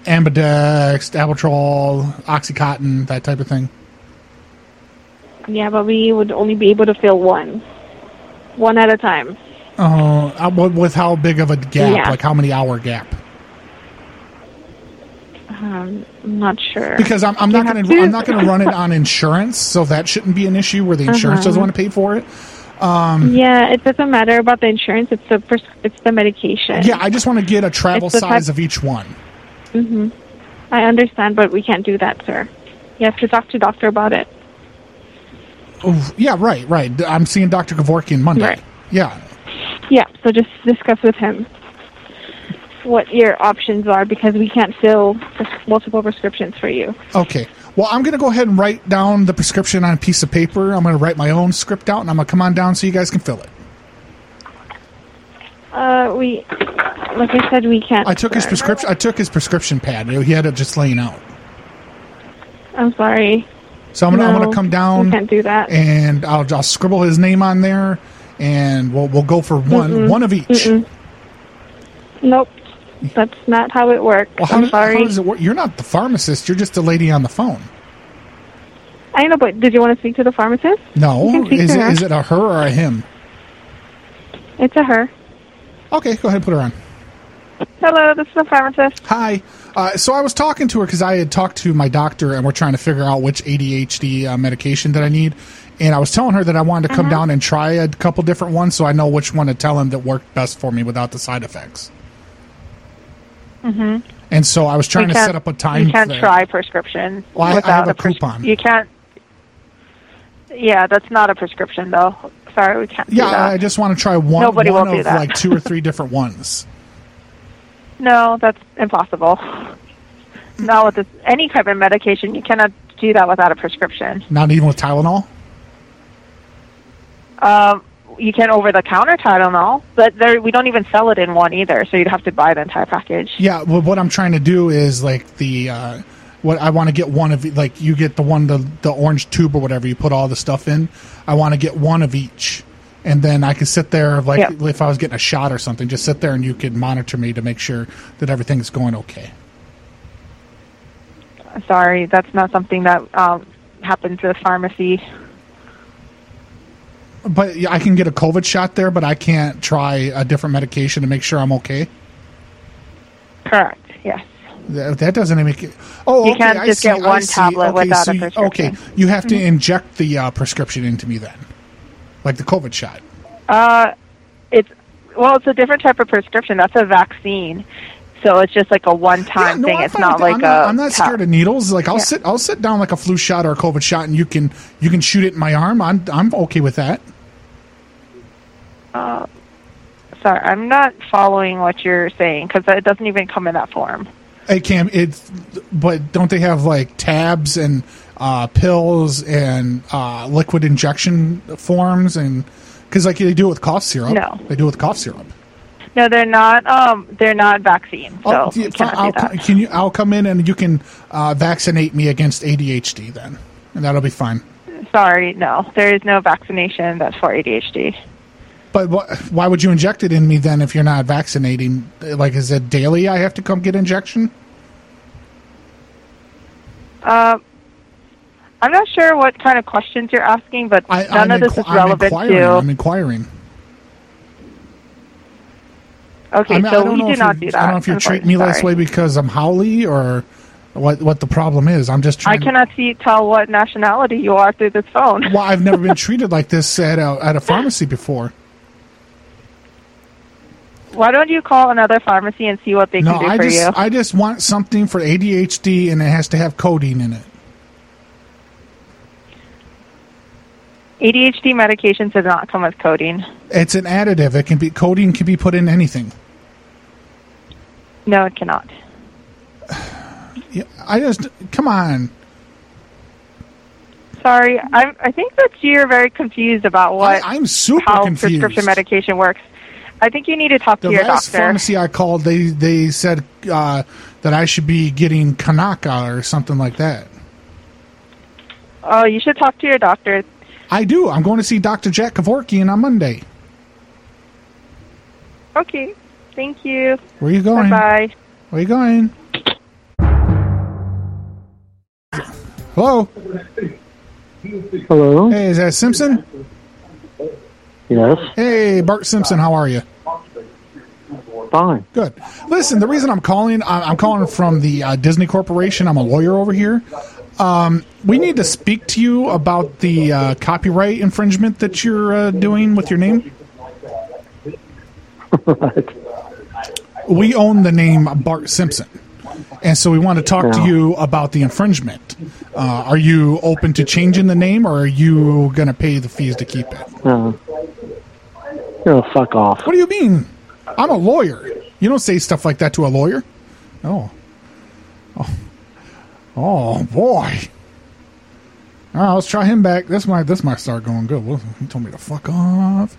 Ambidex, Albatrol, OxyContin, that type of thing.
Yeah, but we would only be able to fill one, one at a time.
Uh, uh, with with how big of a gap?
Yeah.
Like how many hour gap?
Um, I'm not sure.
Because I'm, I'm not going to I'm not going to run it on insurance, so that shouldn't be an issue where the insurance doesn't
Uh-huh.
want to pay for it. Um,
Yeah, it doesn't matter about the insurance. It's the pres- it's the medication.
yeah, I just want to get a travel
It's the type-
size of each one.
hmm I understand, but we can't do that, sir. You have to talk to doctor about it.
Oh, yeah, right, right. I'm seeing Doctor Kevorkian Monday.
Right.
Yeah,
Yeah, so just discuss with him what your options are because we can't fill pres- multiple prescriptions for you.
Okay. Well, I'm going to go ahead and write down the prescription on a piece of paper. I'm going to write my own script out, and I'm going to come on down so you guys can fill it.
Uh, we, like I said, we can't.
I took his
sir.
prescription. I took his prescription pad. You know, He had it just laying out.
I'm sorry.
So I'm gonna, I'm
No,
gonna come down.
we can't do that.
And I'll, I'll scribble his name on there, and we'll we'll go for one
Mm-mm.
one of each.
Nope, that's not how it works.
Well, how,
I'm
does-
sorry.
how does it work? You're not the pharmacist. You're just a lady on the phone.
I know, but did you want to speak to the pharmacist? You
No,
can speak
is
to
it,
her.
is it a her or a him?
It's a her.
Okay, go ahead and put her on.
Hello, this is the pharmacist.
Hi. Uh, so I was talking to her because I had talked to my doctor and we're trying to figure out which ADHD uh, medication that I need. And I was telling her that I wanted to
Mm-hmm.
come down and try a couple different ones so I know which one to tell him that worked best for me without the side effects.
Mm-hmm.
And so I was trying to set up a time.
You can't
thing.
try prescription
Well, I- I
without
have a
pres-
coupon.
you can't. Yeah, that's not a prescription though. Sorry, we can't.
Yeah,
do that.
I just want to try one,
Nobody
one
will do
of
that.
like two or three different ones.
No, that's impossible.
Hmm.
Not with this, any type of medication. You cannot do that without a prescription.
Not even with Tylenol?
Um, you can over the counter Tylenol, but there we don't even sell it in one either. So you'd have to buy the entire package.
Yeah, well, what I'm trying to do is like the uh, what I want to get one of e- like you get the one the the orange tube or whatever you put all the stuff in. I want to get one of each, and then I can sit there like
Yeah.
if I was getting a shot or something, just sit there and you could monitor me to make sure that everything's going okay.
Sorry, that's not something that um, happens with pharmacy.
But yeah, I can get a COVID shot there, but I can't try a different medication to make sure I'm okay.
Correct. Yes.
That, that doesn't make it. Oh,
You
okay,
can't
I
just
see,
get one
I see.
tablet
Okay,
without
so
a
you-
prescription.
okay, you have to
Mhm.
inject the uh, prescription into me then, like the COVID shot.
Uh, it's well, it's a different type of prescription. That's a vaccine, so it's just like a one-time
No,
thing.
I'm
it's
fine
not
with that.
like
I'm
a.
Not, I'm not
tab-
scared of needles. Like I'll
Yeah.
sit, I'll sit down like a flu shot or a COVID shot, and you can you can shoot it in my arm. I'm I'm okay with that.
Uh, sorry, I'm not following what you're saying because it doesn't even come in that form.
It can. It's but don't they have like tabs and uh, pills and uh, liquid injection forms and because like they do it with cough syrup.
No.
they do it with cough syrup.
No, they're not. Um, they're not vaccine. So
I'll,
you cannot
I'll,
do that.
Can Oh, you? I'll come in and you can uh, vaccinate me against ADHD then, and that'll be fine.
Sorry, no. There is no vaccination that's for ADHD.
But wh- why would you inject it in me then if you're not vaccinating? Like, is it daily I have to come get injection?
Uh, I'm not sure what kind of questions you're asking, but none of
I'm
this
inqu-
is relevant
I'm inquiring.
to.
I'm inquiring.
okay,
I mean, I
so
don't know
we do
if
not
you're-
do that.
I don't know if you're treating me
unfortunately.
this way because I'm howly or what. What the problem is? I'm just
I
trying. to-
cannot see tell what nationality you are through this phone.
Well, I've never been treated like this at a, at a pharmacy before.
Why don't you call another pharmacy and see what they
No,
can do
I
for
just
you?
I just want something for ADHD and it has to have codeine in it.
ADHD medications does not come with codeine.
It's an additive. It can be codeine can be put in anything.
No, it cannot.
Yeah, I just come on.
Sorry, I'm, I think that you're very confused about what
I, am super
how
confused.
prescription medication works. I think you need to talk
The
to your
last
doctor.
pharmacy I called, they they said uh, that I should be getting Kanaka or something like that.
oh, you should talk to your doctor.
I do. I'm going to see Dr. Jack Kevorkian on Monday.
Okay, thank you.
Where you going?
Bye.
Where you going? Hello.
Hello.
Hey, is that Simpson?
Yes.
Hey, Bart Simpson, how are you?
Fine.
Good. Listen, the reason I'm calling, I- I'm calling from the uh, Disney Corporation. I'm a lawyer over here. Um, we need to speak to you about the uh, copyright infringement that you're uh, doing with your name. We own the name Bart Simpson, and so we want to talk to you about the infringement. Uh, are you open to changing the name, or are you going to pay the fees to keep it?
Uh, oh, fuck off.
What do you mean? I'm a lawyer. You don't say stuff like that to a lawyer. Oh. Oh, oh boy. All right, let's try him back. This might this might start going good. Well, He told me to fuck off.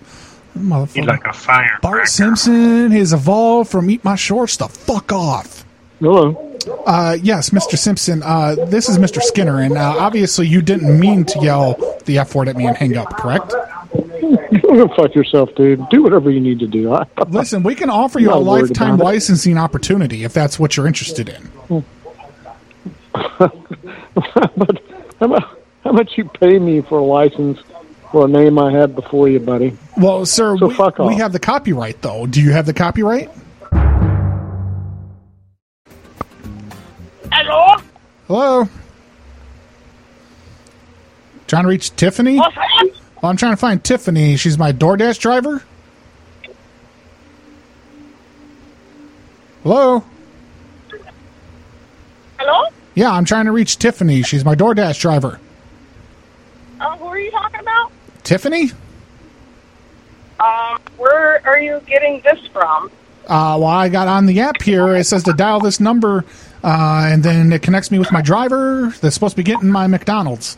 Motherfucker.
He's like a fire.
Bart Simpson has evolved from eat my shorts to fuck off.
Hello.
Uh, yes, Mr. Simpson. Uh, this is Mr. Skinner, and uh, obviously you didn't mean to yell the F word at me and hang up, correct?
You go fuck yourself, dude. Do whatever you need to do. I,
Listen, we can offer you a
Not worried
lifetime
about it.
licensing opportunity if that's what you're interested in.
how, much, how much you pay me for a license for a name I had before you, buddy?
Well, sir,
So
we,
fuck
we
off.
have the copyright, though. Do you have the copyright?
Hello?
Hello? Trying to reach Tiffany? Well, I'm trying to find Tiffany. She's my DoorDash driver. Hello?
Hello?
Yeah, I'm trying to reach Tiffany. She's my DoorDash driver.
Uh, who are you talking about?
Tiffany?
Um, where are you getting this from?
Uh, well, I got on the app here. It says to dial this number, uh, and then it connects me with my driver that's supposed to be getting my McDonald's.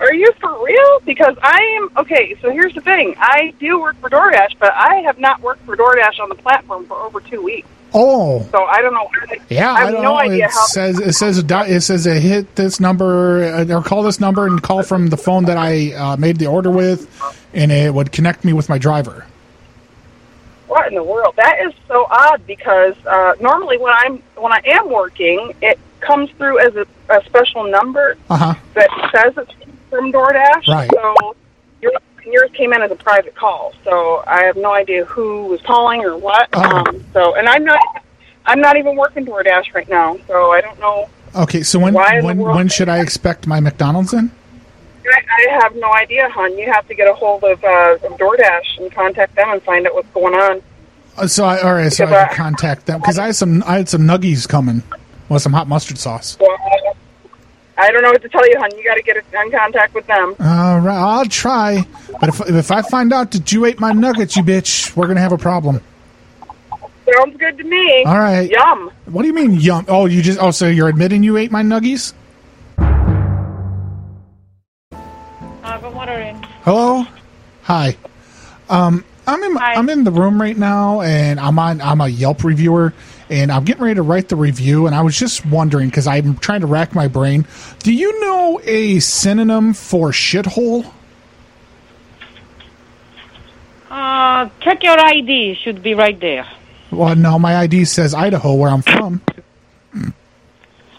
Are you for real? Because I am okay. So here's the thing: I do work for DoorDash, but I have not worked for DoorDash on the platform for over two weeks.
Oh,
So I don't know. where they-
yeah.
I have
don't
no
know.
idea
it
how.
says it says to di- it says to hit this number uh, or call this number and call from the phone that I uh, made the order with, and it would connect me with my driver.
What in the world? That is so odd because uh, normally when I'm when I am working, it comes through as a, a special number
Uh huh.
that says it's from DoorDash.
Right.
So your, yours came in as a private call, so I have no idea who was calling or what. Um, so, and I'm not I'm not even working DoorDash right now, so I don't know.
Okay, so when
Why in the
when
world-
when should I expect my McDonald's in?
I, I have no idea, hon. You have to get a hold of, uh, of DoorDash and contact them and find out what's going on.
Uh, So I all right, so I
Because,
can
uh,
contact them because I had some I had some nuggies coming with some hot mustard sauce.
Well, I don't know what to tell you, hon. You got to get in contact with them.
All right, I'll try. But if if I find out that you ate my nuggets, you bitch, we're gonna have a problem.
Sounds good to me.
All right.
Yum.
What do you mean yum? Oh, you just oh, so you're admitting you ate my nuggies?
I've been wondering.
Hello, hi. Um, I'm in I'm in the room right now, and I'm on I'm a Yelp reviewer,
and I'm getting ready to write the review. And I was just wondering because I'm trying to rack my brain. Do you know a synonym for shithole?
Uh, check your ID. It Should be right there.
Well, no, my ID says Idaho, where I'm from.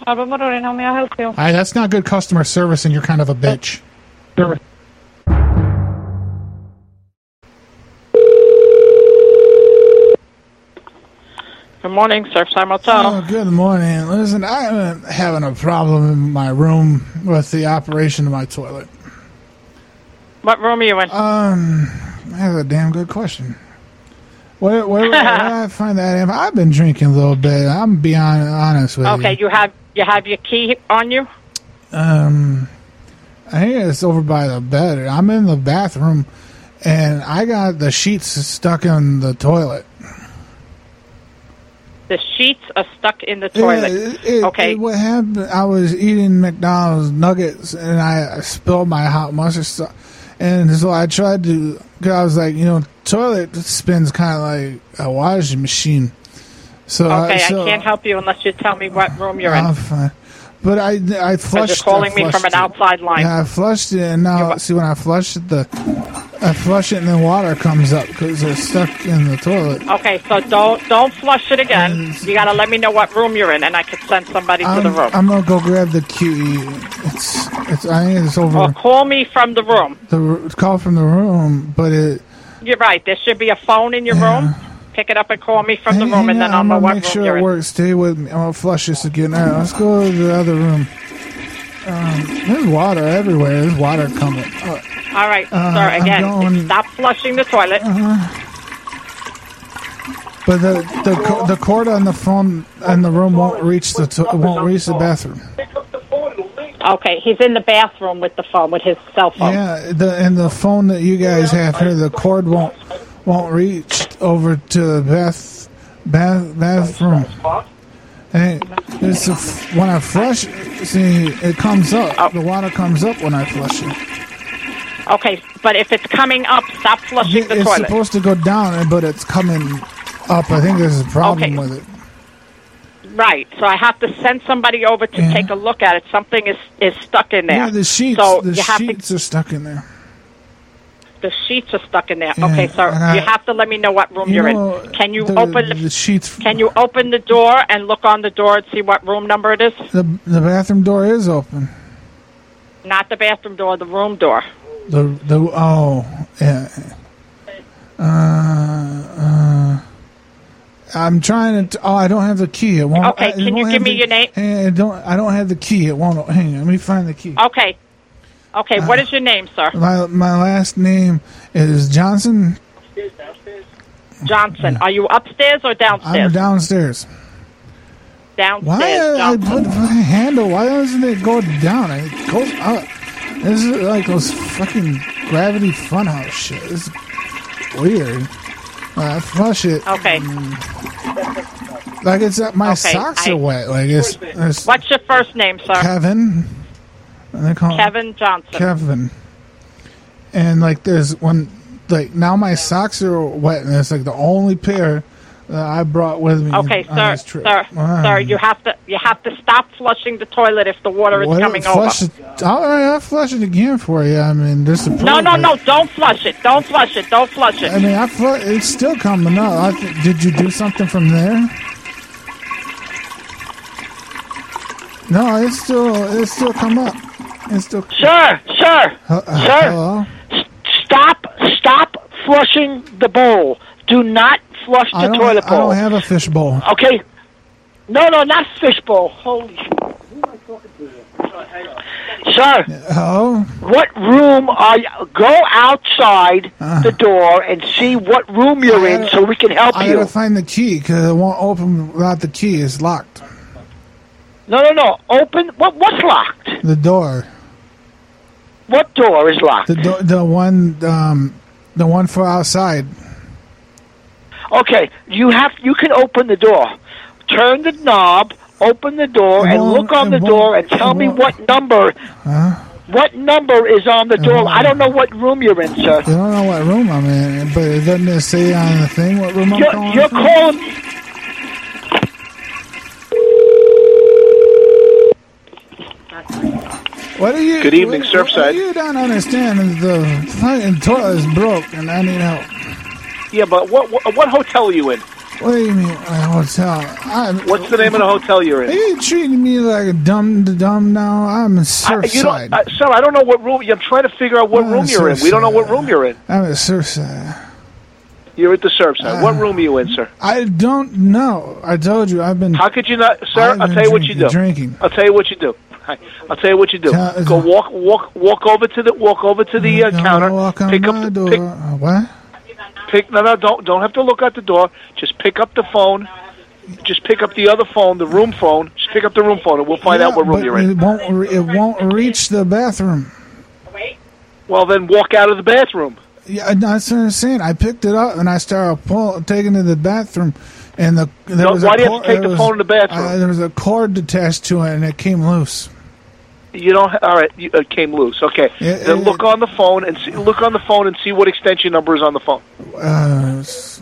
Harbor Motoring, how may I help you?
I, that's not good customer service, and you're kind of a bitch.
Oh. Good morning, Surfside Motel.
Oh, good morning. Listen, I'm uh, having a problem in my room with the operation of my toilet.
What room are you in?
Um, that's a damn good question. Where, where, where I find that? in? I've been drinking a little bit. I'm being honest with
Okay,
you.
you have you have your key on you?
Um, I think it's over by the bed. I'm in the bathroom, and I got the sheets stuck in the toilet.
The sheets are stuck in the toilet. okay.
What happened? I was eating McDonald's nuggets and I spilled my hot mustard sauce. And so I tried to, cause I was like, you know, toilet spins kind of like a washing machine. So
okay,
I,
I
so
can't help you unless you tell me what room you're
I'm
in.
fine. But I, I
Because
flushed.
you're calling
I
me from
flushed
an outside
it.
line.
Yeah, I flushed it, and now see when I flush it, the I flush it, and then water comes up because it's stuck in the toilet.
Okay, so don't don't flush it again. You gotta let me know what room you're in, and I can send somebody
I'm,
to the room.
I'm gonna go grab the key. It's, it's. I think it's over.
Or call me from the room.
the r- call from the room, but it.
You're right. There should be a phone in your room. Pick it up and call me from the
Hang-
room,
hang
and then
on,
I'll
I'm
know
gonna
what
make
room
sure
you're
it
in.
works. Stay with me. I'm gonna flush this again. All right, let's go to the other room. Um, there's water everywhere. There's water coming. Uh,
All right,
Uh,
sir.
I'm
Again,
going- Uh-huh.
stop flushing the toilet.
but the the co- the cord on the phone in the room won't reach the to- won't reach the bathroom.
Okay, he's in the bathroom with the phone, with his cell phone.
Yeah, the and the phone that you guys have here, the cord won't won't reach over to the bath bath bathroom. And it's a f- when I flush, see, it comes
Oh.
up. The water comes up when I flush it.
Okay, but if it's coming up, stop flushing the
it's
toilet.
supposed to go down, but it's coming up. I think there's a problem with it.
right. So I have to send somebody over to take a look at it. Something is is stuck in there.
Yeah, the sheets,
So
the
you have to
sheets are stuck in there.
The sheets are stuck in there.
Yeah,
okay, sir.
and I-
you have to let me know what room
You
you are
know,
in. Can you
the-
open the,
sheets?
Can you open the door and look on the door and see what room number it is?
The the bathroom door is open.
Not the bathroom door, the room door.
The the oh yeah. Uh, uh, I'm trying to. oh, I don't have the key. It won't.
Okay,
I- it
can you
won't
give
have
me
the-
your name?
Hang, I don't. I don't have the key. It won't. Hang on. Let me find the key.
Okay. Okay, what is your name, sir?
Uh, My my last name is Johnson.
Johnson. Are you upstairs or
I'm
downstairs?
downstairs. Why uh,
downstairs.
I
Johnson.
put the handle? Why doesn't it go down? It goes up. This is like those fucking gravity funhouse shit. This is weird. I flush it.
Okay.
Like it's uh, my
Okay,
socks
I-
are wet. Like it's, it's
What's your first name, sir?
Kevin. And they call him
Kevin Johnson.
Kevin. And like there's one. Like now my socks are wet, and it's like the only pair that I brought with me.
Okay,
on
sir,
this trip.
sir,
Wow.
sir, you have to you have to stop flushing the toilet if the water is
Well,
coming over.
flush It, all right, I'll flush it again for you. I mean, this is
No, no, no! Don't flush it! Don't flush it! Don't flush it!
I mean, I flu- it's still coming up. I th- did you do something from there? No, it's still it's still come up. It's still
Sir, sir,
eh,
sir, s- stop, stop flushing the bowl. Do not flush the
I don't,
toilet
I don't
bowl.
have a fishbowl.
okay. No, no, not fishbowl. Holy. sh- Sir, what room are you? Go outside the door and see what room you're
Ah. I
in,
gotta-
so we can help
I
you.
gotta find the key because it won't open without the key. It's locked.
No, no, no. Open. What? What's locked?
The door.
What door is locked?
The do- the one um the one for outside.
Okay, you have you can open the door. Turn the knob, open the door, and look on the door and tell me what number what number is on the door. I don't know what room you're in, sir.
I don't know what room I'm in, but it doesn't say on the thing what room I'm
You're,
calling
you're
from.
calling
What are you?
Good evening,
what-
Surfside.
What you don't understand is the fucking toilet is broke, and I need help.
Yeah, but what what, what hotel are you in?
What do you mean, a hotel? I,
What's the name of the hotel you're
are
in?
you treating me like a dumb to dumb now? I'm a
I, you
Surfside.
don't, I, sir, I don't know what room. I'm trying to figure out what
Uh,
room you're in. We don't know what room you're in.
I'm a Surfside.
You're at the Surfside.
Ah.
what room are you in, sir?
I don't know. I told you I've been.
How could you not, sir?
I've
I'll
been
tell you what you
drinking-
do.
drinking.
I'll tell you what you do. I- I'll tell you what you do.
Ta-
Go walk, walk, walk over to the walk over to the uh, counter.
Walk on
Pick up,
my
the,
door.
pick,
Uh, What?
pick. No, no, don't don't have to look out the door. Just pick up the phone. Just pick up the other phone, the room phone. Just pick up the room phone, and we'll find
Yeah,
out what room
but
you're in.
It won't. Re- it won't reach the bathroom.
Well, then walk out of the bathroom.
Yeah, that's what I'm saying. I picked it up and I started pull, taking it to the bathroom, and the there
No,
was
why
a
do you have
cord-
to take
there
the
was-
phone in the bathroom?
uh, there was a cord attached to it, and it came loose.
You don't. All right, you, it came loose. Okay. then look on the phone and see, look on the phone and see what extension number is on the phone.
Uh, s-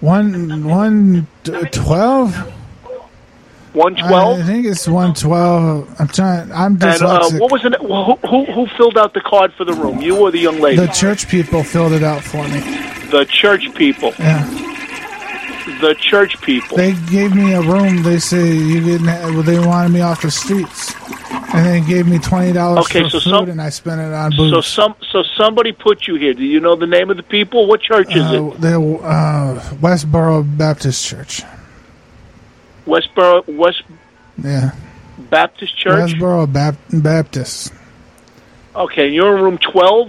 one one t- twelve.
One twelve.
I think it's one twelve. I'm trying. I'm
And uh,
dyslexic.
what was the, who, who who filled out the card for the room? You or the young lady?
the church people filled it out for me.
The church people.
Yeah.
The church people.
They gave me a room. They say you didn't. Have, well, they wanted me off the streets, and they gave me twenty dollars
Okay,
for
so
Oh, food,
some-
and I spent it on
So
booze.
some so somebody put you here. Do you know the name of the people? What church is
uh,
it?
the uh, Westboro Baptist Church.
Westboro West
Yeah,
Baptist Church.
Westboro Bap- Baptist.
Okay, you're in room 12,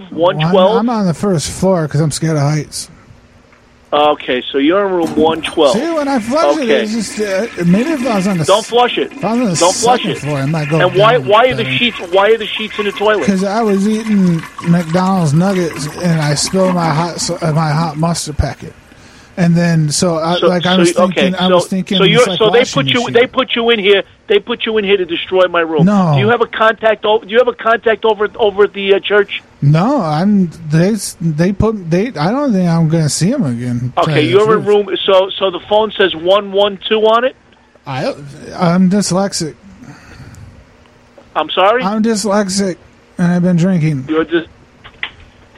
Well, I'm-
112.
I'm on the first floor because I'm scared of heights.
Okay, so you're in room 112.
See, when I flush it,
okay.
it's just uh, maybe if I was on the
Don't flush it.
I was on the
Don't flush
second
it.
floor, I might go
And why
down
why are the
better.
sheets why are the sheets in the toilet?
because I was eating McDonald's nuggets and I spilled my hot so- uh, my hot mustard packet, and then so, I,
So-
like I
so-
was thinking,
okay,
I
so,
was thinking,
so,
it's
you're,
like
so they
washing
put you
machine.
they put you in here they put you in here to destroy my room.
No.
Do you have a contact? o- Do you have a contact over over at the uh, church?
No, I'm they s- they put they. I don't think I'm gonna see him again. to tell
Okay,
you the
you're in
truth.
room. So so the phone says one one two on it.
I uh, I'm dyslexic.
I'm sorry.
I'm dyslexic, and I've been drinking.
You're dys-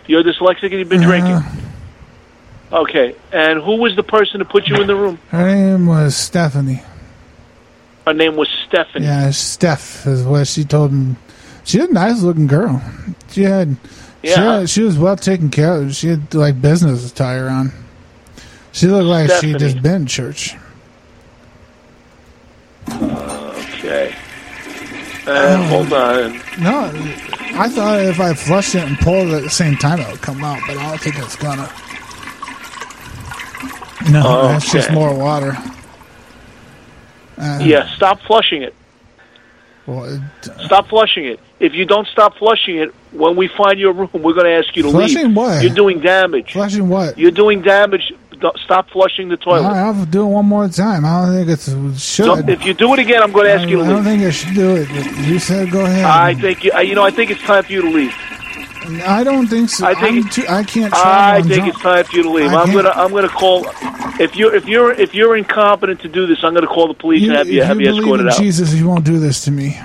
you're dyslexic and you've
Uh-huh.
been drinking. Okay, and who was the person to put you in the room?
Her name was Stephanie.
Her name was Stephanie.
Yeah, Steph is what she told me. She was a nice looking girl. She had, she,
Yeah.
had- she was well taken care of. She had like business attire on. She looked like she
Stephanie.
just been in church.
Okay. And hold on.
No, I thought if I flushed it and pulled it at the same time, it would come out, but I don't think it's gonna. No, that's just
Oh, Okay.
more water. Uh,
Yeah, stop flushing it.
well, it-
Stop flushing it. If you don't stop flushing it, when we find your room, we're going to ask you to
Flushing
leave.
what?
You're doing damage.
Flushing what?
You're doing damage. Don't- Stop flushing the
All
toilet.
right, I'll do it one more time. I don't think it's it should.
Don't- if you do it again, I'm going to ask
I,
you to
I don't
leave.
think I should do it. but You said go ahead.
I think you, I- you know. I think it's time for you to leave.
I don't think so. I think too, I can't. Travel
I
on
think
drunk.
it's time for you to leave.
I
I'm
can't-
gonna I'm gonna call. If you're if you're if you're incompetent to do this, I'm gonna call the police and have you
if
have
you
you
believe
escorted
in
out.
Jesus, you won't do this to me.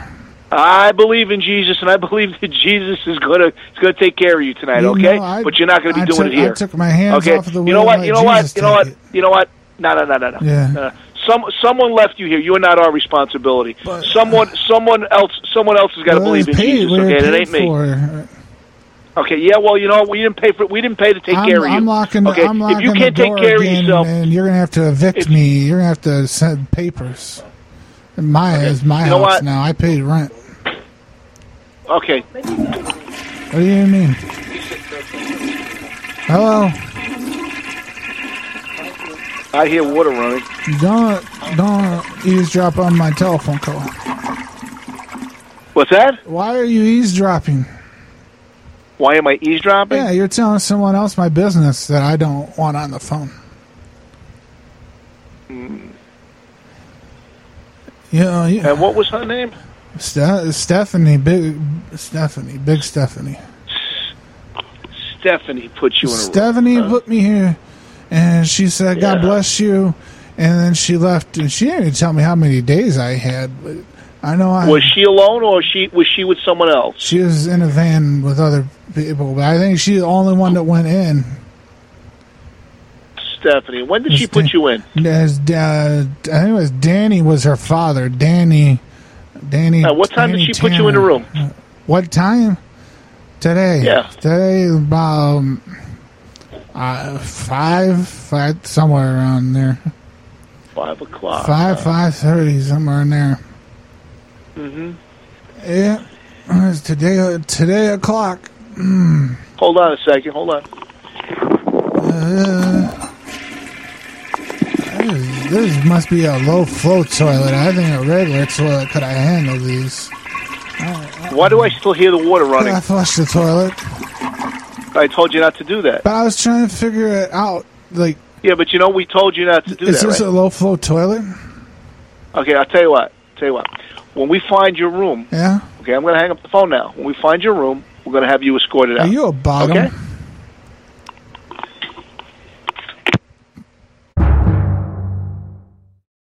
I believe in Jesus, and I believe that Jesus is gonna is gonna take care of you tonight.
You
okay,
know, I-
but you're not gonna be
I
doing
took-
it here.
I took my hands
okay?
off of the
you know
wheel
what?
and
You
let
know what?
Jesus
You know what?
take
You know what? No, no, no, no, no.
Yeah.
No, no. Some someone left you here. You are not our responsibility. someone someone else someone else has got to
uh, Well,
believe in
it's paid.
Jesus.
We're
Okay, and it
paid
ain't me.
for it.
Okay, yeah. Well, you know what? we didn't pay for we didn't pay to take
I'm,
care of you.
I'm locking.
okay,
I'm
if
locking
you
the
can't take
door
care of
again,
yourself,
and you're gonna have to evict me. You're gonna have to send papers. And My is my
You know
house
what?
now. I paid rent.
okay.
What do you mean? Hello.
I hear water running.
Don't don't eavesdrop on my telephone call.
What's that?
Why are you eavesdropping?
Why am I eavesdropping?
Yeah, you're telling someone else my business that I don't want on the phone.
Mm.
Oh, You know, you,
And what was her name?
oh, Ste- Stephanie, big Stephanie, big Stephanie.
Stephanie put you in a room. uh,
Stephanie put me here, and she said, "God bless you," and then she left, and she didn't even tell me how many days I had, but I know I
Was she alone, or she was she with someone else?
She was in a van with other people, but I think she's the only one that went in.
Stephanie, when did she put you in?
As, uh, I think it was Danny was her father. Danny, Danny.
Now, Uh, what time did
Danny
she put you in the
Tanner.
room?
What time? Today.
Yeah.
Today is about um, uh, five, five, somewhere around there.
Five o'clock.
Five, five thirty, somewhere in there.
Mm-hmm.
Yeah. It's today, uh, today o'clock. Mm.
Hold on a second. Hold on.
Uh, this, this must be a low flow toilet. I think a regular toilet could have handled these.
Why do I still hear the water running?
I flushed the toilet,
I told you not to do that.
but I was trying to figure it out. Like,
Yeah, but you know we told you not to do
is
that.
this
right?
a low flow toilet?
Okay, I'll tell you what. Tell you what. When we find your room,
Yeah.
okay, I'm going to hang up the phone now. When we find your room, we're going to have you escorted
Are
out.
you a bottom?
Okay.